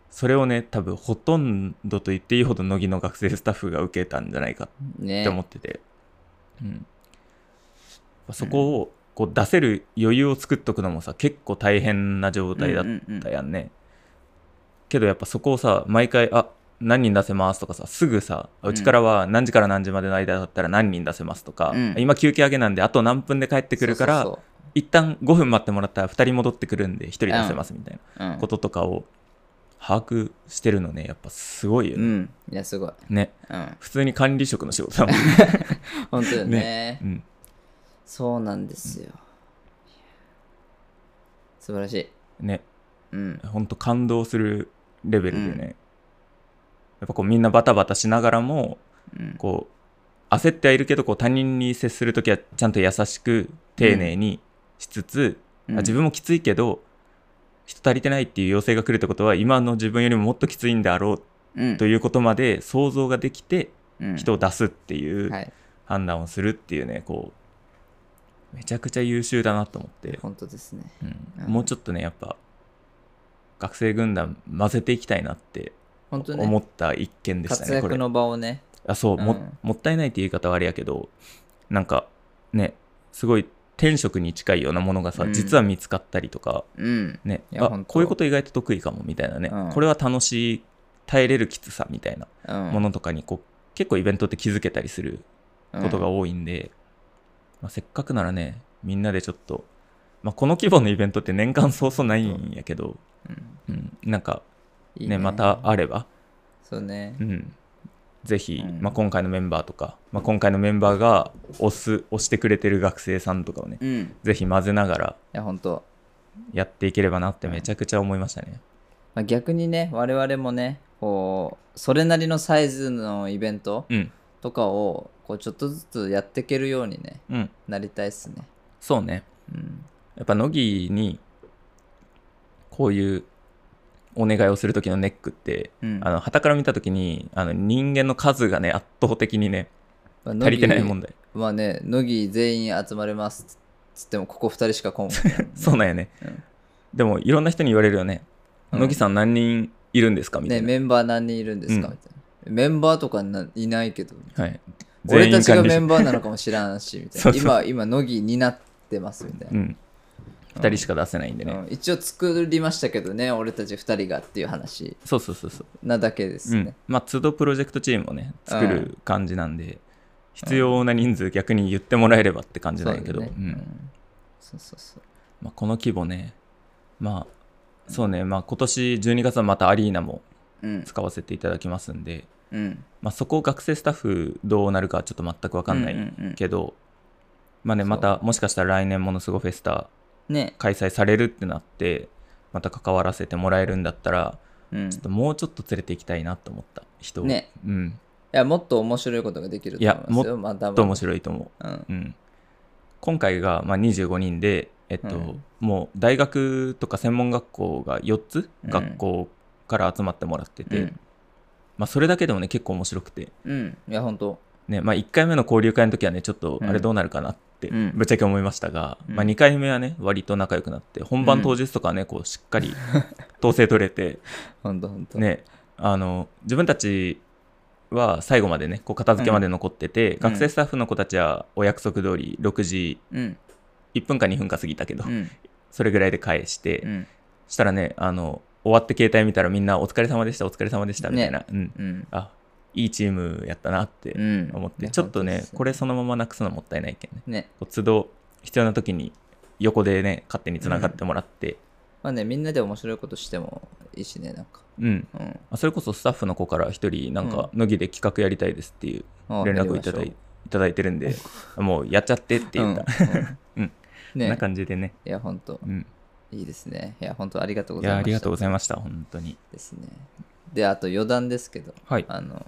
[SPEAKER 2] それをね多分ほとんどと言っていいほど乃木の学生スタッフが受けたんじゃないかっ
[SPEAKER 1] ね
[SPEAKER 2] て思ってて、うん、そこをこう出せる余裕を作っとくのもさ結構大変な状態だっ
[SPEAKER 1] うんうんうん
[SPEAKER 2] たやんね、けどやっぱそこをさ毎回あ何人出せますとかさすぐさあうちからは何時から何時までの間だったら何人出せますとか、
[SPEAKER 1] うん
[SPEAKER 2] 今休憩上げなんであと何分で帰ってくるから
[SPEAKER 1] そう
[SPEAKER 2] 一旦5分待ってもらったら2人戻ってくるんで1人出せますみたい
[SPEAKER 1] そうそううん
[SPEAKER 2] なこととかを把握してるのねやっぱすごいよ
[SPEAKER 1] う
[SPEAKER 2] ね,、
[SPEAKER 1] ん。いや、すごい。
[SPEAKER 2] ね
[SPEAKER 1] うん。
[SPEAKER 2] 普通に管理職の仕事 だもんね、
[SPEAKER 1] 本当よね
[SPEAKER 2] う。ん、
[SPEAKER 1] そうなんですよ。素晴らしい。
[SPEAKER 2] ね
[SPEAKER 1] うん。
[SPEAKER 2] ほんと感動するレベルでね、やっぱこうみんなバタバタしながらも
[SPEAKER 1] うん
[SPEAKER 2] こう焦ってはいるけどこう他人に接するときはちゃんと優しく丁寧にしつつ、
[SPEAKER 1] うん
[SPEAKER 2] あ自分もきついけど人足りてないっていう要請が来るってことは今の自分よりももっときついんだろ
[SPEAKER 1] うん
[SPEAKER 2] うということまで想像ができて
[SPEAKER 1] うん
[SPEAKER 2] 人を出すっていう
[SPEAKER 1] はい。
[SPEAKER 2] 判断をするっていうねこうめちゃくちゃ優秀だなと思って、
[SPEAKER 1] 本当ですね。
[SPEAKER 2] うん
[SPEAKER 1] うん
[SPEAKER 2] もうちょっとねやっぱ学生軍団混ぜていきたいなって
[SPEAKER 1] 本当
[SPEAKER 2] 思
[SPEAKER 1] ね。
[SPEAKER 2] った一件でしたね
[SPEAKER 1] 活
[SPEAKER 2] これ
[SPEAKER 1] 躍の場をね。
[SPEAKER 2] あそう、も
[SPEAKER 1] うん
[SPEAKER 2] もったいないっていう言い方はあれやけどなんかねすごい天職に近いようなものがさ、
[SPEAKER 1] うん
[SPEAKER 2] 実は見つかったりとか
[SPEAKER 1] うん。
[SPEAKER 2] ね
[SPEAKER 1] いやほ
[SPEAKER 2] あ
[SPEAKER 1] んと
[SPEAKER 2] こういうこと意外と得意かもみたいなね、
[SPEAKER 1] うん
[SPEAKER 2] これは楽しい耐えれるきつさみたいな
[SPEAKER 1] うん
[SPEAKER 2] ものとかにこう結構イベントって気づけたりすることが多いんで、まあ、せっかくならねみんなでちょっと、まあ、この規模のイベントって年間そうそうないんやけど、
[SPEAKER 1] うん
[SPEAKER 2] うん、なんか
[SPEAKER 1] いい
[SPEAKER 2] ねまたあれば
[SPEAKER 1] そうね
[SPEAKER 2] う。ん、ぜひ、
[SPEAKER 1] うん
[SPEAKER 2] まあ、今回のメンバーとか、まあ、今回のメンバーが推す推してくれてる学生さんとかをね
[SPEAKER 1] うん。い
[SPEAKER 2] ぜひ混ぜながら
[SPEAKER 1] や、本当
[SPEAKER 2] やっていければなってめちゃくちゃ思いましたね。
[SPEAKER 1] まあ逆にね、我々もね、こう、それなりのサイズのイベント
[SPEAKER 2] うん、
[SPEAKER 1] とかを、こう、ちょっとずつやっていけるようにね、
[SPEAKER 2] うん、
[SPEAKER 1] なりたいっすね。
[SPEAKER 2] そうね
[SPEAKER 1] うん。
[SPEAKER 2] やっぱ乃木にこういうお願いをする時のネックって、
[SPEAKER 1] うん
[SPEAKER 2] あの旗から見た時にあの人間の数がね圧倒的にね
[SPEAKER 1] まあ
[SPEAKER 2] 足りてない問
[SPEAKER 1] 乃
[SPEAKER 2] 題
[SPEAKER 1] 木まあね、乃木全員集まれますっつっても、ここ2人しか来んもんね。
[SPEAKER 2] そうなんやね、
[SPEAKER 1] うん
[SPEAKER 2] でもいろんな人に言われるよね
[SPEAKER 1] うん
[SPEAKER 2] 乃木さん何人いるんですかみた
[SPEAKER 1] ね、
[SPEAKER 2] いな、
[SPEAKER 1] メンバー何人いるんですか、
[SPEAKER 2] うん
[SPEAKER 1] みたいな。メンバーとかないないけど、
[SPEAKER 2] はい、
[SPEAKER 1] 俺たちが
[SPEAKER 2] 全員管理
[SPEAKER 1] メ
[SPEAKER 2] 者
[SPEAKER 1] ンバーなのかも知らんし、みたいな。
[SPEAKER 2] そうそう
[SPEAKER 1] 今、今、乃木になってます、みたいな
[SPEAKER 2] う。ん、2人しか出せないんでね、
[SPEAKER 1] うん一応作りましたけどね、俺たち2人がっていう話
[SPEAKER 2] そうそうそうそう、
[SPEAKER 1] なだけです
[SPEAKER 2] う
[SPEAKER 1] ね
[SPEAKER 2] ん。まあ都度プロジェクトチームをね作る感じなんで、必要な人数逆に言ってもらえればって感じ
[SPEAKER 1] そ
[SPEAKER 2] な
[SPEAKER 1] うん
[SPEAKER 2] やけど、
[SPEAKER 1] だよね
[SPEAKER 2] うん
[SPEAKER 1] うんそうそうそう。
[SPEAKER 2] まあ、この規模ねまあそうねまあ今年12月はまたアリーナも
[SPEAKER 1] うん。
[SPEAKER 2] 使わせていただきますんで、
[SPEAKER 1] うん。
[SPEAKER 2] まあ、そこ学生スタッフどうなるかはちょっと全く分かんな
[SPEAKER 1] うん
[SPEAKER 2] い
[SPEAKER 1] うんうん
[SPEAKER 2] けど、まあね
[SPEAKER 1] そう
[SPEAKER 2] またもしかしたら来年ものすごフェスタ
[SPEAKER 1] ね。
[SPEAKER 2] 開催されるってなってまた関わらせてもらえるんだったら
[SPEAKER 1] うん。い
[SPEAKER 2] ちょっともうちょっと連れて行きたいなと思った人を
[SPEAKER 1] ね
[SPEAKER 2] うん
[SPEAKER 1] や、もっと面白いことができると思いますよ。
[SPEAKER 2] いや
[SPEAKER 1] まだ
[SPEAKER 2] ちょっと面
[SPEAKER 1] い。
[SPEAKER 2] 白いと思
[SPEAKER 1] うん。
[SPEAKER 2] う、うん、今回がまあ25人で、えっと
[SPEAKER 1] うん
[SPEAKER 2] もう大学とか専門学校が4つ
[SPEAKER 1] うん
[SPEAKER 2] 学校から集まってもらってて、
[SPEAKER 1] うん
[SPEAKER 2] まあ、それだけでもね結構面白くて、
[SPEAKER 1] うん。いや、本当
[SPEAKER 2] ねまあ、1回目の交流会の時はねちょっと
[SPEAKER 1] うん
[SPEAKER 2] あれどうなるかなっって
[SPEAKER 1] うん
[SPEAKER 2] ぶっちゃけ思いましたが、
[SPEAKER 1] うん
[SPEAKER 2] まあ、2回目はね割と仲良くなって本番当日とかはねこうしっかり統制取れて、
[SPEAKER 1] ほんとほんと。
[SPEAKER 2] ね、あの自分たちは最後までねこう片付けまで残ってて、学生スタッフの子たちはお約束通り6時
[SPEAKER 1] うん。
[SPEAKER 2] 1分か2分か過ぎたけど、
[SPEAKER 1] うん。
[SPEAKER 2] それぐらいで返して、
[SPEAKER 1] うん。
[SPEAKER 2] したらねあの終わって携帯見たらみんなお疲れ様でしたお疲れ様でしたみたいな、うん、
[SPEAKER 1] うん。
[SPEAKER 2] あいいチームやったなって
[SPEAKER 1] うん
[SPEAKER 2] 思って、
[SPEAKER 1] いや
[SPEAKER 2] ちょっと
[SPEAKER 1] ほん
[SPEAKER 2] ね
[SPEAKER 1] すよ
[SPEAKER 2] これそのままなくすのもったいないけんね
[SPEAKER 1] ね。
[SPEAKER 2] こう都度必要な時に横でね勝手に繋がってもらって、
[SPEAKER 1] まあね、みんなで面白いことしてもいいしね、なんか。
[SPEAKER 2] うん
[SPEAKER 1] うん。
[SPEAKER 2] あそれこそスタッフの子から一人なんか
[SPEAKER 1] う
[SPEAKER 2] 乃木で企画やりたいですっていう
[SPEAKER 1] あ
[SPEAKER 2] 連絡をいただい,、いただいてる んでもうやっちゃってって言った、
[SPEAKER 1] やりましょう。うん。うん
[SPEAKER 2] う
[SPEAKER 1] ん
[SPEAKER 2] こん
[SPEAKER 1] ね
[SPEAKER 2] な。感じでね、
[SPEAKER 1] いや、ほんと。
[SPEAKER 2] うん、
[SPEAKER 1] いいですね。いや、ほんとありがとうご
[SPEAKER 2] い
[SPEAKER 1] ざいま
[SPEAKER 2] や
[SPEAKER 1] した。
[SPEAKER 2] ありがとうござい
[SPEAKER 1] ま
[SPEAKER 2] ました本当に
[SPEAKER 1] す。ですね。で、あと余談ですけど、
[SPEAKER 2] はい
[SPEAKER 1] あの、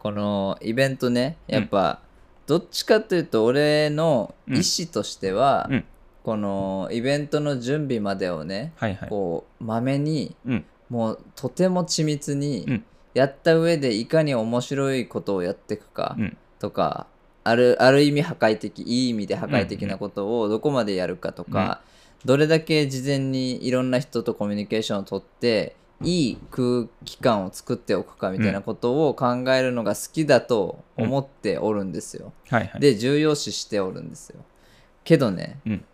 [SPEAKER 1] このイベントね、やっぱ、どっちかというと、俺の意思としては、
[SPEAKER 2] うん
[SPEAKER 1] このイベントの準備までをね、
[SPEAKER 2] はいはい
[SPEAKER 1] こう、まめに、
[SPEAKER 2] うん
[SPEAKER 1] もうとても緻密
[SPEAKER 2] う
[SPEAKER 1] に
[SPEAKER 2] ん
[SPEAKER 1] やった上でいかに面白いことをやっていくか
[SPEAKER 2] うん
[SPEAKER 1] とか、あるある意味破壊的いい意味で破壊的なことをどこまでやるかとか、どれだけ事前にいろんな人とコミュニケーションをとっていい空気感を作っておくかみたいなことを考えるのが好きだと思っておるんですよ。
[SPEAKER 2] はいはい
[SPEAKER 1] で重要視しておるんですよけどね、
[SPEAKER 2] うん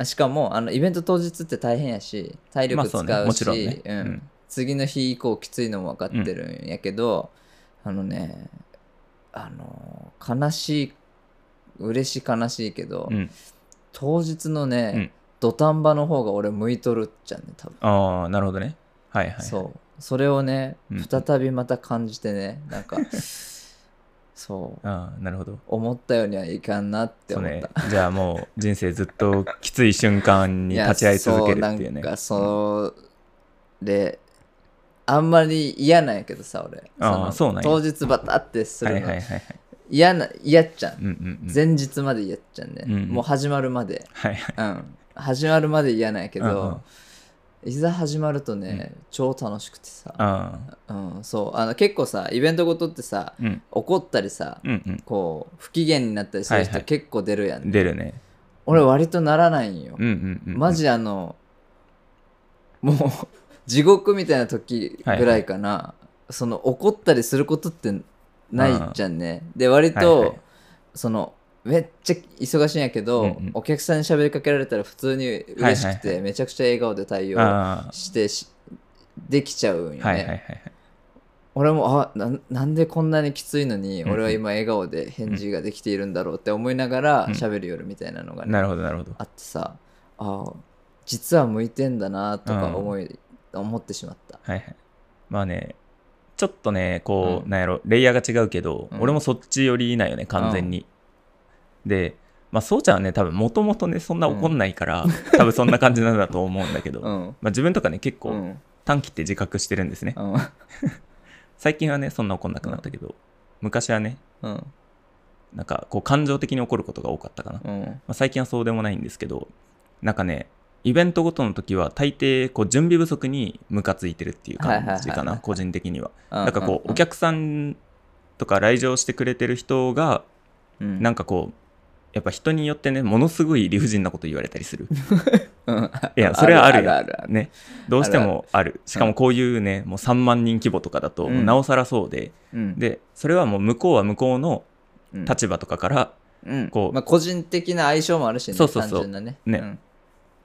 [SPEAKER 1] あしかもあのイベント当日って大変やし体
[SPEAKER 2] まあ
[SPEAKER 1] 力使
[SPEAKER 2] そうね
[SPEAKER 1] う
[SPEAKER 2] もちろんね
[SPEAKER 1] しうん
[SPEAKER 2] うん
[SPEAKER 1] 次の日以降きついのも分かってるんやけど、あのねあの悲しい嬉しい悲しいけど、
[SPEAKER 2] うん
[SPEAKER 1] 当日のね、
[SPEAKER 2] うん
[SPEAKER 1] 土壇場の方が俺向いとるっちゃね多分、
[SPEAKER 2] ああなるほどねはいはい
[SPEAKER 1] そうそれをね
[SPEAKER 2] うん
[SPEAKER 1] 再びまた感じてね、なん かそう
[SPEAKER 2] ああなるほど
[SPEAKER 1] 思ったようにはいかんなって
[SPEAKER 2] そう
[SPEAKER 1] 思った、
[SPEAKER 2] ねじゃあもう人生ずっときつい瞬間に立ち会い続けるっていうね
[SPEAKER 1] やそうなんかそれ、あんまり嫌なんやけどさ俺
[SPEAKER 2] あー
[SPEAKER 1] の
[SPEAKER 2] そうなんや
[SPEAKER 1] 当日バタってす
[SPEAKER 2] は
[SPEAKER 1] る
[SPEAKER 2] い
[SPEAKER 1] の、
[SPEAKER 2] はいはいはい
[SPEAKER 1] 嫌な嫌っちゃん、
[SPEAKER 2] うんうんうん
[SPEAKER 1] 前日まで嫌っちゃんね、
[SPEAKER 2] うんうん
[SPEAKER 1] もう始まるまで
[SPEAKER 2] はいはい
[SPEAKER 1] うん始まるまで嫌なんやけ
[SPEAKER 2] うん
[SPEAKER 1] ど、いざ始まるとね、超楽しくてさ、
[SPEAKER 2] ああ
[SPEAKER 1] うん、そうあの結構さイベントごとってさ
[SPEAKER 2] うん
[SPEAKER 1] 怒ったりさ、
[SPEAKER 2] うん
[SPEAKER 1] こう不機嫌になったりする
[SPEAKER 2] はいは
[SPEAKER 1] 人
[SPEAKER 2] い
[SPEAKER 1] 結構出るやん、
[SPEAKER 2] うん出るね
[SPEAKER 1] 俺割とならないんよ、
[SPEAKER 2] うんうんうん
[SPEAKER 1] マジあの、もう地獄みたいな時ぐらいかな、その怒ったりすることってないじゃんね。で割と、
[SPEAKER 2] はいはい
[SPEAKER 1] そのめっちゃ忙しいんやけど、
[SPEAKER 2] うんうん
[SPEAKER 1] お客さんに喋りかけられたら普通に嬉しくて、
[SPEAKER 2] はいはいは
[SPEAKER 1] めちゃくちゃ笑顔で対応
[SPEAKER 2] あ
[SPEAKER 1] してしできちゃうんよね。
[SPEAKER 2] あはいはいはいはい
[SPEAKER 1] 俺もあなんなんでこんなにきついのに
[SPEAKER 2] うんうん
[SPEAKER 1] 俺は今笑顔で返事ができているんだろうって思いながら
[SPEAKER 2] うん
[SPEAKER 1] 喋る夜みたいなのがね
[SPEAKER 2] なるほどなるほど
[SPEAKER 1] あってさあ実は向いてんだなとか思い、思ってしまった
[SPEAKER 2] はいはいまあねちょっとねこう、
[SPEAKER 1] うん
[SPEAKER 2] なんやろレイヤーが違うけど、
[SPEAKER 1] うん
[SPEAKER 2] 俺もそっち寄りなんよね完全に、でまあそうちゃんはね多分もともとねそんな怒んないから、多分そんな感じなんだと思うんだけど、
[SPEAKER 1] う
[SPEAKER 2] ま
[SPEAKER 1] ん
[SPEAKER 2] あ自分とかね結
[SPEAKER 1] う
[SPEAKER 2] 構
[SPEAKER 1] ん
[SPEAKER 2] 短期って自覚してるんですね、
[SPEAKER 1] うん
[SPEAKER 2] 最近はねそんな怒んなくなったけど、昔はね
[SPEAKER 1] うん
[SPEAKER 2] なんかこう感情的に怒ることが多かったかな、ま
[SPEAKER 1] うん
[SPEAKER 2] あ、最近はそうでもないんですけどなんかねイベントごとの時は大抵こう準備不足にムカついてるっていう感
[SPEAKER 1] はい
[SPEAKER 2] じ
[SPEAKER 1] は
[SPEAKER 2] か
[SPEAKER 1] いはいは
[SPEAKER 2] ない個人的には
[SPEAKER 1] な
[SPEAKER 2] なんかこうお客さんとか来場してくれてる人がなんかこうやっぱ人によってねものすごい理不尽なこと言われたりす る
[SPEAKER 1] か
[SPEAKER 2] いやそれはあるよ
[SPEAKER 1] あるある
[SPEAKER 2] ねどうしてもあるしかもこういうねもう3万人規模とかだと
[SPEAKER 1] うん
[SPEAKER 2] もうなおさらそうで、
[SPEAKER 1] うん
[SPEAKER 2] でそれはもう向こうは向こうの
[SPEAKER 1] うん
[SPEAKER 2] 立場とかから
[SPEAKER 1] うん
[SPEAKER 2] こう
[SPEAKER 1] まあ個人的な相性もあるしね
[SPEAKER 2] そうそうそう
[SPEAKER 1] 単純なね
[SPEAKER 2] ね
[SPEAKER 1] うん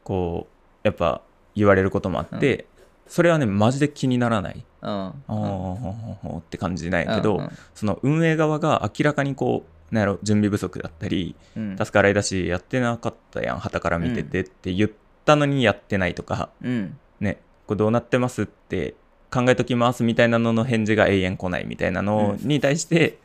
[SPEAKER 2] こうやっぱ言われることもあって、それはねマジで気にならない
[SPEAKER 1] うん
[SPEAKER 2] あー
[SPEAKER 1] うん
[SPEAKER 2] ほんほんほんって感じなんやけど、
[SPEAKER 1] うん
[SPEAKER 2] その運営側が明らかにこうなんやろ準備不足だったり
[SPEAKER 1] うん
[SPEAKER 2] 助からいだしやってなかったやんはたから見ててって言ったのにやってないとか、
[SPEAKER 1] うん
[SPEAKER 2] ねこれどうなってますって考えときますみたいなのの返事が永遠来ないみたいなのに対して、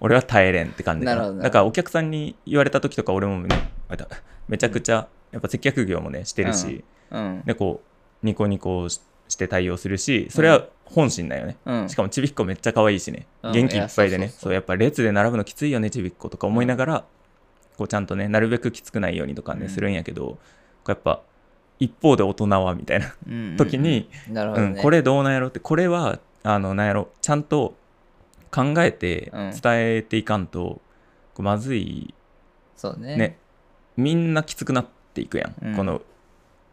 [SPEAKER 2] 俺は耐えれんって感じか
[SPEAKER 1] なる
[SPEAKER 2] な
[SPEAKER 1] ほどな
[SPEAKER 2] だからお客さんに言われた時とか俺もねあいためちゃくちゃやっぱ接客業もねしてるし、
[SPEAKER 1] うん
[SPEAKER 2] でこうニコニコしして対応するしそれは本心だよね、
[SPEAKER 1] うん
[SPEAKER 2] しかもちびっこめっちゃ可愛いしね、
[SPEAKER 1] うん
[SPEAKER 2] 元気いっぱいで
[SPEAKER 1] い
[SPEAKER 2] ね
[SPEAKER 1] やそうそう
[SPEAKER 2] そ
[SPEAKER 1] そう
[SPEAKER 2] うやっぱ列で並ぶのきついよねちびっことか思いながら、こうちゃんとねなるべくきつくないようにとかね、
[SPEAKER 1] うん
[SPEAKER 2] するんやけどこうやっぱ一方で大人はみたいな
[SPEAKER 1] うんうん
[SPEAKER 2] 時に、
[SPEAKER 1] うんなる
[SPEAKER 2] う
[SPEAKER 1] ほ
[SPEAKER 2] ん
[SPEAKER 1] どね
[SPEAKER 2] これどうなんやろってこれはあのなんやろちゃんと考えて
[SPEAKER 1] うん
[SPEAKER 2] 伝えていかんと、こうまずい
[SPEAKER 1] そうね。
[SPEAKER 2] ね、みんなきつくなっていくやん、
[SPEAKER 1] うん
[SPEAKER 2] この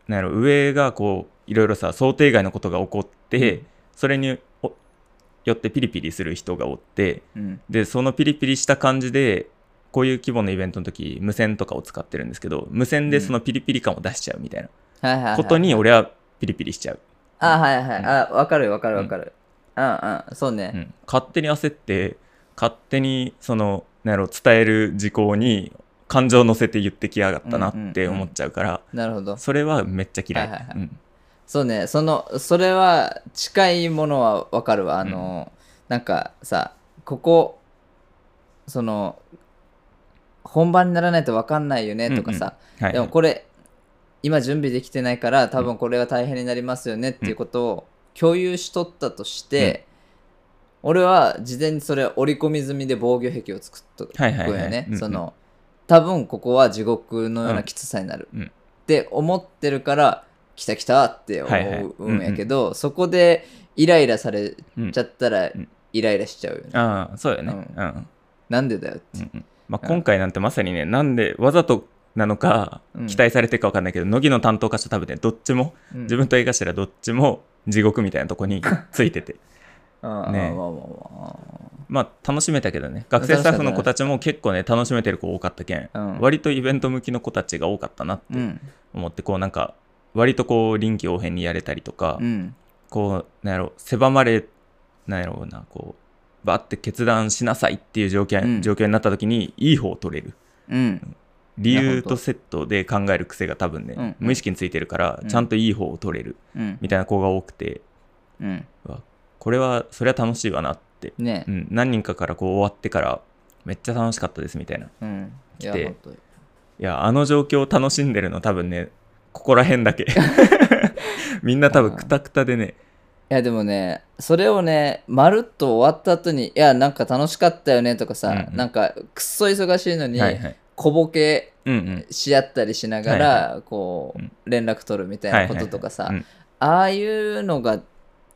[SPEAKER 2] なんやろ上がこういろいろさ想定外のことが起こって、
[SPEAKER 1] うん
[SPEAKER 2] それにおよってピリピリする人がおって
[SPEAKER 1] うん。
[SPEAKER 2] でそのピリピリした感じでこういう規模のイベントの時無線とかを使ってるんですけど無線でそのピリピリ感を出しちゃうみたい
[SPEAKER 1] はいはい、は。
[SPEAKER 2] ないことに俺はピリピリしちゃう、
[SPEAKER 1] あ、はいはい。
[SPEAKER 2] うん
[SPEAKER 1] あ、わかるわかるわかる。うんうん。そう
[SPEAKER 2] う
[SPEAKER 1] ね。
[SPEAKER 2] ん、勝手に焦って勝手にそのなんやろ伝える事項に感情を乗せて言ってきやがったなって思っちゃうから、
[SPEAKER 1] なるほど。
[SPEAKER 2] それはめっちゃ嫌い。
[SPEAKER 1] はいはいはい
[SPEAKER 2] うん
[SPEAKER 1] そうね。その、それは近いものはわかるわ。あの、なんかさ、ここ、その、本番にならないとわかんないよねとかさ、
[SPEAKER 2] はい
[SPEAKER 1] でもこれ今準備できてないから多分これは大変になりますよねっていうことを共有しとったとして、俺は事前にそれ織り込み済みで防御壁を作っとくんよ
[SPEAKER 2] はい
[SPEAKER 1] ね、
[SPEAKER 2] はいはいうんうん
[SPEAKER 1] その多分ここは地獄のようなきつさになる、
[SPEAKER 2] うんうん
[SPEAKER 1] って思ってるから来た来たって
[SPEAKER 2] はいはい
[SPEAKER 1] 思うんやけど、そこでイライラされ
[SPEAKER 2] うん
[SPEAKER 1] ちゃったら
[SPEAKER 2] ん
[SPEAKER 1] イライラしちゃうよね、
[SPEAKER 2] ああそうよね。
[SPEAKER 1] う
[SPEAKER 2] うんんうん
[SPEAKER 1] なんでだよって、
[SPEAKER 2] うんまあ、今回なんてまさにねなんでわざとなのか
[SPEAKER 1] うん
[SPEAKER 2] 期待されてるかわかんないけど、乃木の担当課者多分ねどっちも
[SPEAKER 1] うん
[SPEAKER 2] 自分と絵頭どっちも地獄みたいなとこについてて
[SPEAKER 1] ああ
[SPEAKER 2] ね
[SPEAKER 1] まあまあまあ
[SPEAKER 2] まあ楽しめたけどね学生スタッフの子たちも結構ね楽しめてる子多かったけん、
[SPEAKER 1] うん
[SPEAKER 2] 割とイベント向きの子たちが多かったなって
[SPEAKER 1] うん
[SPEAKER 2] 思って、こうなんか割とこう臨機応変にやれたりとか、
[SPEAKER 1] うん
[SPEAKER 2] こうなんやろ狭まれなんやろうなこうバッて決断しなさいっていう状況,、
[SPEAKER 1] うん
[SPEAKER 2] 状況になった時にいい方を取れる
[SPEAKER 1] うん
[SPEAKER 2] 理
[SPEAKER 1] いや
[SPEAKER 2] 由
[SPEAKER 1] 本当
[SPEAKER 2] とセットで考える癖が多分ね、
[SPEAKER 1] うんうん
[SPEAKER 2] 無意識についてるから、
[SPEAKER 1] うん
[SPEAKER 2] ちゃんといい方を取れる
[SPEAKER 1] うん
[SPEAKER 2] みたいな子が多くて
[SPEAKER 1] うん
[SPEAKER 2] うわこれはそれは楽しいわなって、
[SPEAKER 1] ね
[SPEAKER 2] うん、何人かからこう終わってからめっちゃ楽しかったですみたいない
[SPEAKER 1] うん。いや、
[SPEAKER 2] 来て
[SPEAKER 1] 本当に。
[SPEAKER 2] やあの状況を楽しんでるの多分ねここら 辺だけみんな多分クタクタでね
[SPEAKER 1] いや、でもね、それをね、まるっと終わった後に、いや、なんか楽しかったよねとかさ、
[SPEAKER 2] うんうん
[SPEAKER 1] なんか、くっそ忙しいのに、
[SPEAKER 2] はいはい
[SPEAKER 1] 小ボケ
[SPEAKER 2] うんうん
[SPEAKER 1] し合ったりしながら、
[SPEAKER 2] は
[SPEAKER 1] こ
[SPEAKER 2] うん
[SPEAKER 1] う、連絡取るみたいなこととかさ、
[SPEAKER 2] はいはいはい
[SPEAKER 1] ああいうのが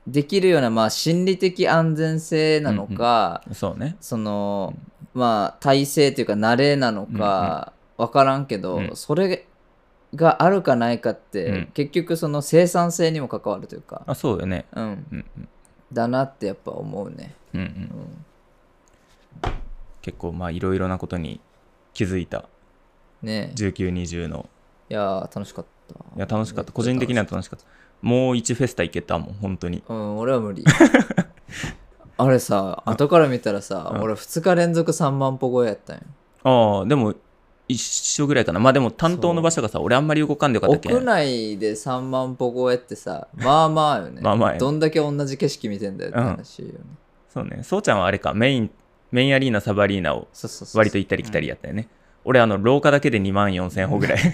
[SPEAKER 1] できるような、まあ、心理的安全性なのか、
[SPEAKER 2] うんそうね
[SPEAKER 1] その、まあ、体制というか、慣れなのか、わからんけど、
[SPEAKER 2] うん
[SPEAKER 1] それがあるかないかって、
[SPEAKER 2] うん
[SPEAKER 1] 結局、その生産性にも関わるというか、
[SPEAKER 2] あそうよね
[SPEAKER 1] うん、
[SPEAKER 2] うん
[SPEAKER 1] だなってやっぱ思うね。
[SPEAKER 2] うんう、
[SPEAKER 1] うんん、
[SPEAKER 2] 結構まあいろいろなことに気づいた
[SPEAKER 1] ねえ
[SPEAKER 2] 1920の
[SPEAKER 1] いやー楽しかった。
[SPEAKER 2] いや楽しか
[SPEAKER 1] め
[SPEAKER 2] っ
[SPEAKER 1] ちゃ
[SPEAKER 2] た個人的には楽しかったもう1フェスタ行けたもん本当に
[SPEAKER 1] うん、俺は 無理。あれさ、後から見たらさ、
[SPEAKER 2] うん
[SPEAKER 1] 俺2日連続3万歩超えやったんよ。
[SPEAKER 2] ああでも一緒ぐらいかなまあでも担当の場所がさ俺あんまり動かんでよかったけ
[SPEAKER 1] 屋
[SPEAKER 2] ん
[SPEAKER 1] 内で3万歩超えってさ、まあまあよね。
[SPEAKER 2] まあまあよ
[SPEAKER 1] どんだけ同じ景色見てんだよって話よね。
[SPEAKER 2] そうねそうちゃんはあれかメインメインアリーナサブアリーナを
[SPEAKER 1] そうそうそうそう。
[SPEAKER 2] 割と行ったり来たりやったよね、俺あの廊下だけで2万4000歩ぐらい
[SPEAKER 1] そ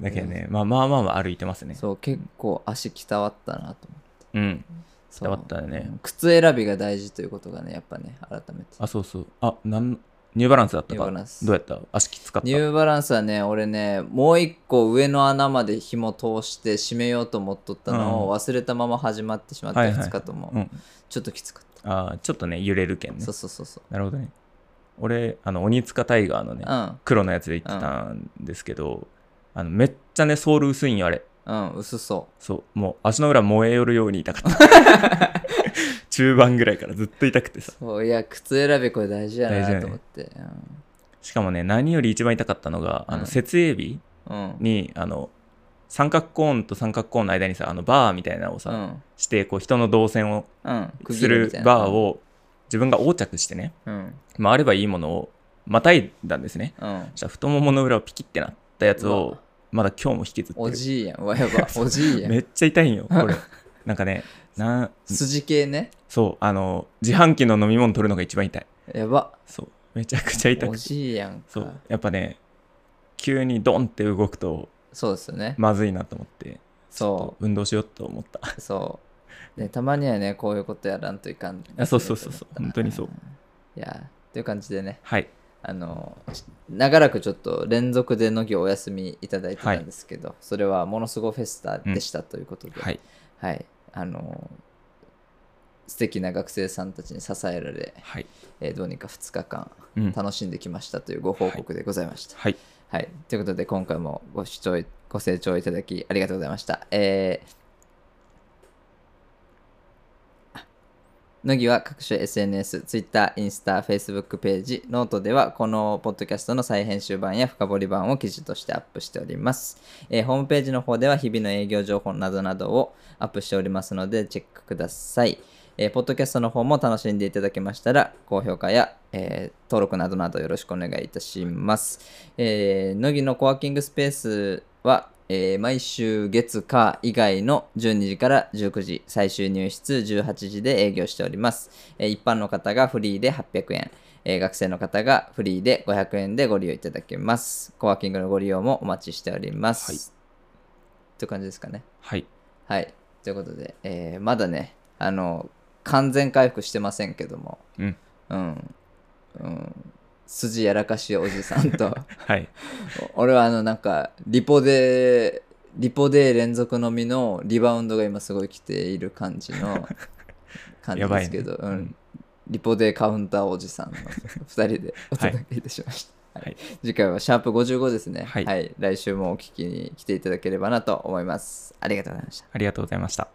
[SPEAKER 1] う
[SPEAKER 2] だけど。ね、まあ、まあまあまあ歩いてますね
[SPEAKER 1] そう、結構足きたわったなと思って。
[SPEAKER 2] うん
[SPEAKER 1] そ
[SPEAKER 2] 伝
[SPEAKER 1] う
[SPEAKER 2] わったよね
[SPEAKER 1] 靴選びが大事ということがね、やっぱね、改めて。
[SPEAKER 2] あそうそうあなんニューバランスだった
[SPEAKER 1] ニューバ
[SPEAKER 2] か
[SPEAKER 1] ランス
[SPEAKER 2] どうやった足きつかった
[SPEAKER 1] ニューバランスはね、俺ね、もう一個上の穴まで紐通して締めようと思っとったのを忘れたまま始まってしまった
[SPEAKER 2] はいはい
[SPEAKER 1] 2日とも、
[SPEAKER 2] うん、
[SPEAKER 1] ちょっときつかった。
[SPEAKER 2] あーちょっとね揺れるけんね
[SPEAKER 1] そうそうそうそう。
[SPEAKER 2] なるほどね俺あの鬼塚タイガーのね
[SPEAKER 1] うん、
[SPEAKER 2] 黒のやつで行ってたんですけど、あのめっちゃねソール薄いんよあれ
[SPEAKER 1] うん、薄そ
[SPEAKER 2] そうもう足の裏燃え寄るように痛かった 中盤ぐらいからずっと痛くてさ
[SPEAKER 1] う。そういや、靴選びこれ大事や
[SPEAKER 2] 大事
[SPEAKER 1] な
[SPEAKER 2] やね
[SPEAKER 1] と思って。
[SPEAKER 2] しかもね何より一番痛かったのがあ
[SPEAKER 1] うん
[SPEAKER 2] の設営日
[SPEAKER 1] うん。うん。
[SPEAKER 2] にあの三角コーンと三角コーンの間にさあのバーみたいなのをさ、
[SPEAKER 1] うん。
[SPEAKER 2] してこう人の動線を
[SPEAKER 1] うん。区切
[SPEAKER 2] す
[SPEAKER 1] るみ
[SPEAKER 2] る
[SPEAKER 1] たいな
[SPEAKER 2] バー。を自分が横着してね
[SPEAKER 1] うん。
[SPEAKER 2] 回ればいいものをまたいだんですね
[SPEAKER 1] うん。
[SPEAKER 2] じゃ太ももの裏をピキってなったやつ
[SPEAKER 1] う
[SPEAKER 2] を
[SPEAKER 1] わ
[SPEAKER 2] まだ今日も引きずって
[SPEAKER 1] お
[SPEAKER 2] る
[SPEAKER 1] じいやん。わや ば。おじいや
[SPEAKER 2] め
[SPEAKER 1] ん。
[SPEAKER 2] っちゃ痛いん よ、これ。なんかね、なん、
[SPEAKER 1] 筋系ね。
[SPEAKER 2] そう、あの、自販機の飲み物取るのが一番痛い。
[SPEAKER 1] やば。
[SPEAKER 2] そう、めちゃくちゃ痛
[SPEAKER 1] お
[SPEAKER 2] くて。
[SPEAKER 1] じいやんか。
[SPEAKER 2] そう、やっぱね、急にドンって動くと
[SPEAKER 1] そうですよね。
[SPEAKER 2] まずいなと思って、
[SPEAKER 1] そ
[SPEAKER 2] 運動しようと思った。
[SPEAKER 1] う。そう。ね、たまにはね、こういうことやらんといかん。
[SPEAKER 2] あそうそうそうそう本当にそう。
[SPEAKER 1] いやーという感じでね
[SPEAKER 2] はい、
[SPEAKER 1] あのし長らくちょっと連続で乃木をお休みいただいてたんですけど、それはものすごフェスタでしたということで、
[SPEAKER 2] はい、
[SPEAKER 1] はいあのー素敵な学生さんたちに支えられ、
[SPEAKER 2] はい。
[SPEAKER 1] えーどうにか2日間
[SPEAKER 2] うん。
[SPEAKER 1] 楽しんできましたというご報告でございました。
[SPEAKER 2] はい。
[SPEAKER 1] はい。ということで、今回もご視聴い、ご清聴いただきありがとうございました。えー乃木は各種 SNS、Twitter、インスタ、Facebook ページ、ノートではこのポッドキャストの再編集版や深掘り版を記事としてアップしております。えーホームページの方では日々の営業情報などなどをアップしておりますのでチェックください。えーポッドキャストの方も楽しんでいただけましたら、高評価や、えー登録などなどよろしくお願いいたします。えー、乃木のコワーキングスペースは、えー毎週月火以外の12時から19時、最終入室18時で営業しております。えー一般の方がフリーで800円、えー学生の方がフリーで500円でご利用いただけます。コワーキングのご利用もお待ちしております。
[SPEAKER 2] はい
[SPEAKER 1] という感じですかね。
[SPEAKER 2] はい。
[SPEAKER 1] はい。ということで、えーまだね、あの、完全回復してませんけども、
[SPEAKER 2] うん。
[SPEAKER 1] うん。うん、筋やらかしおじさんと、
[SPEAKER 2] はい。
[SPEAKER 1] 俺はあのなんかリポでリポで連続飲みのリバウンドが今すごい来ている感じ の感じ
[SPEAKER 2] やば
[SPEAKER 1] で
[SPEAKER 2] い
[SPEAKER 1] す
[SPEAKER 2] ね
[SPEAKER 1] けど、う
[SPEAKER 2] うんん、
[SPEAKER 1] リポでカウンターおじさんの2人でお届けいたしました、
[SPEAKER 2] はい
[SPEAKER 1] 次回はシャープ55ですね
[SPEAKER 2] はい
[SPEAKER 1] 来週もお聞きに来ていただければなと思いますありがとうございました
[SPEAKER 2] ありがとうございました。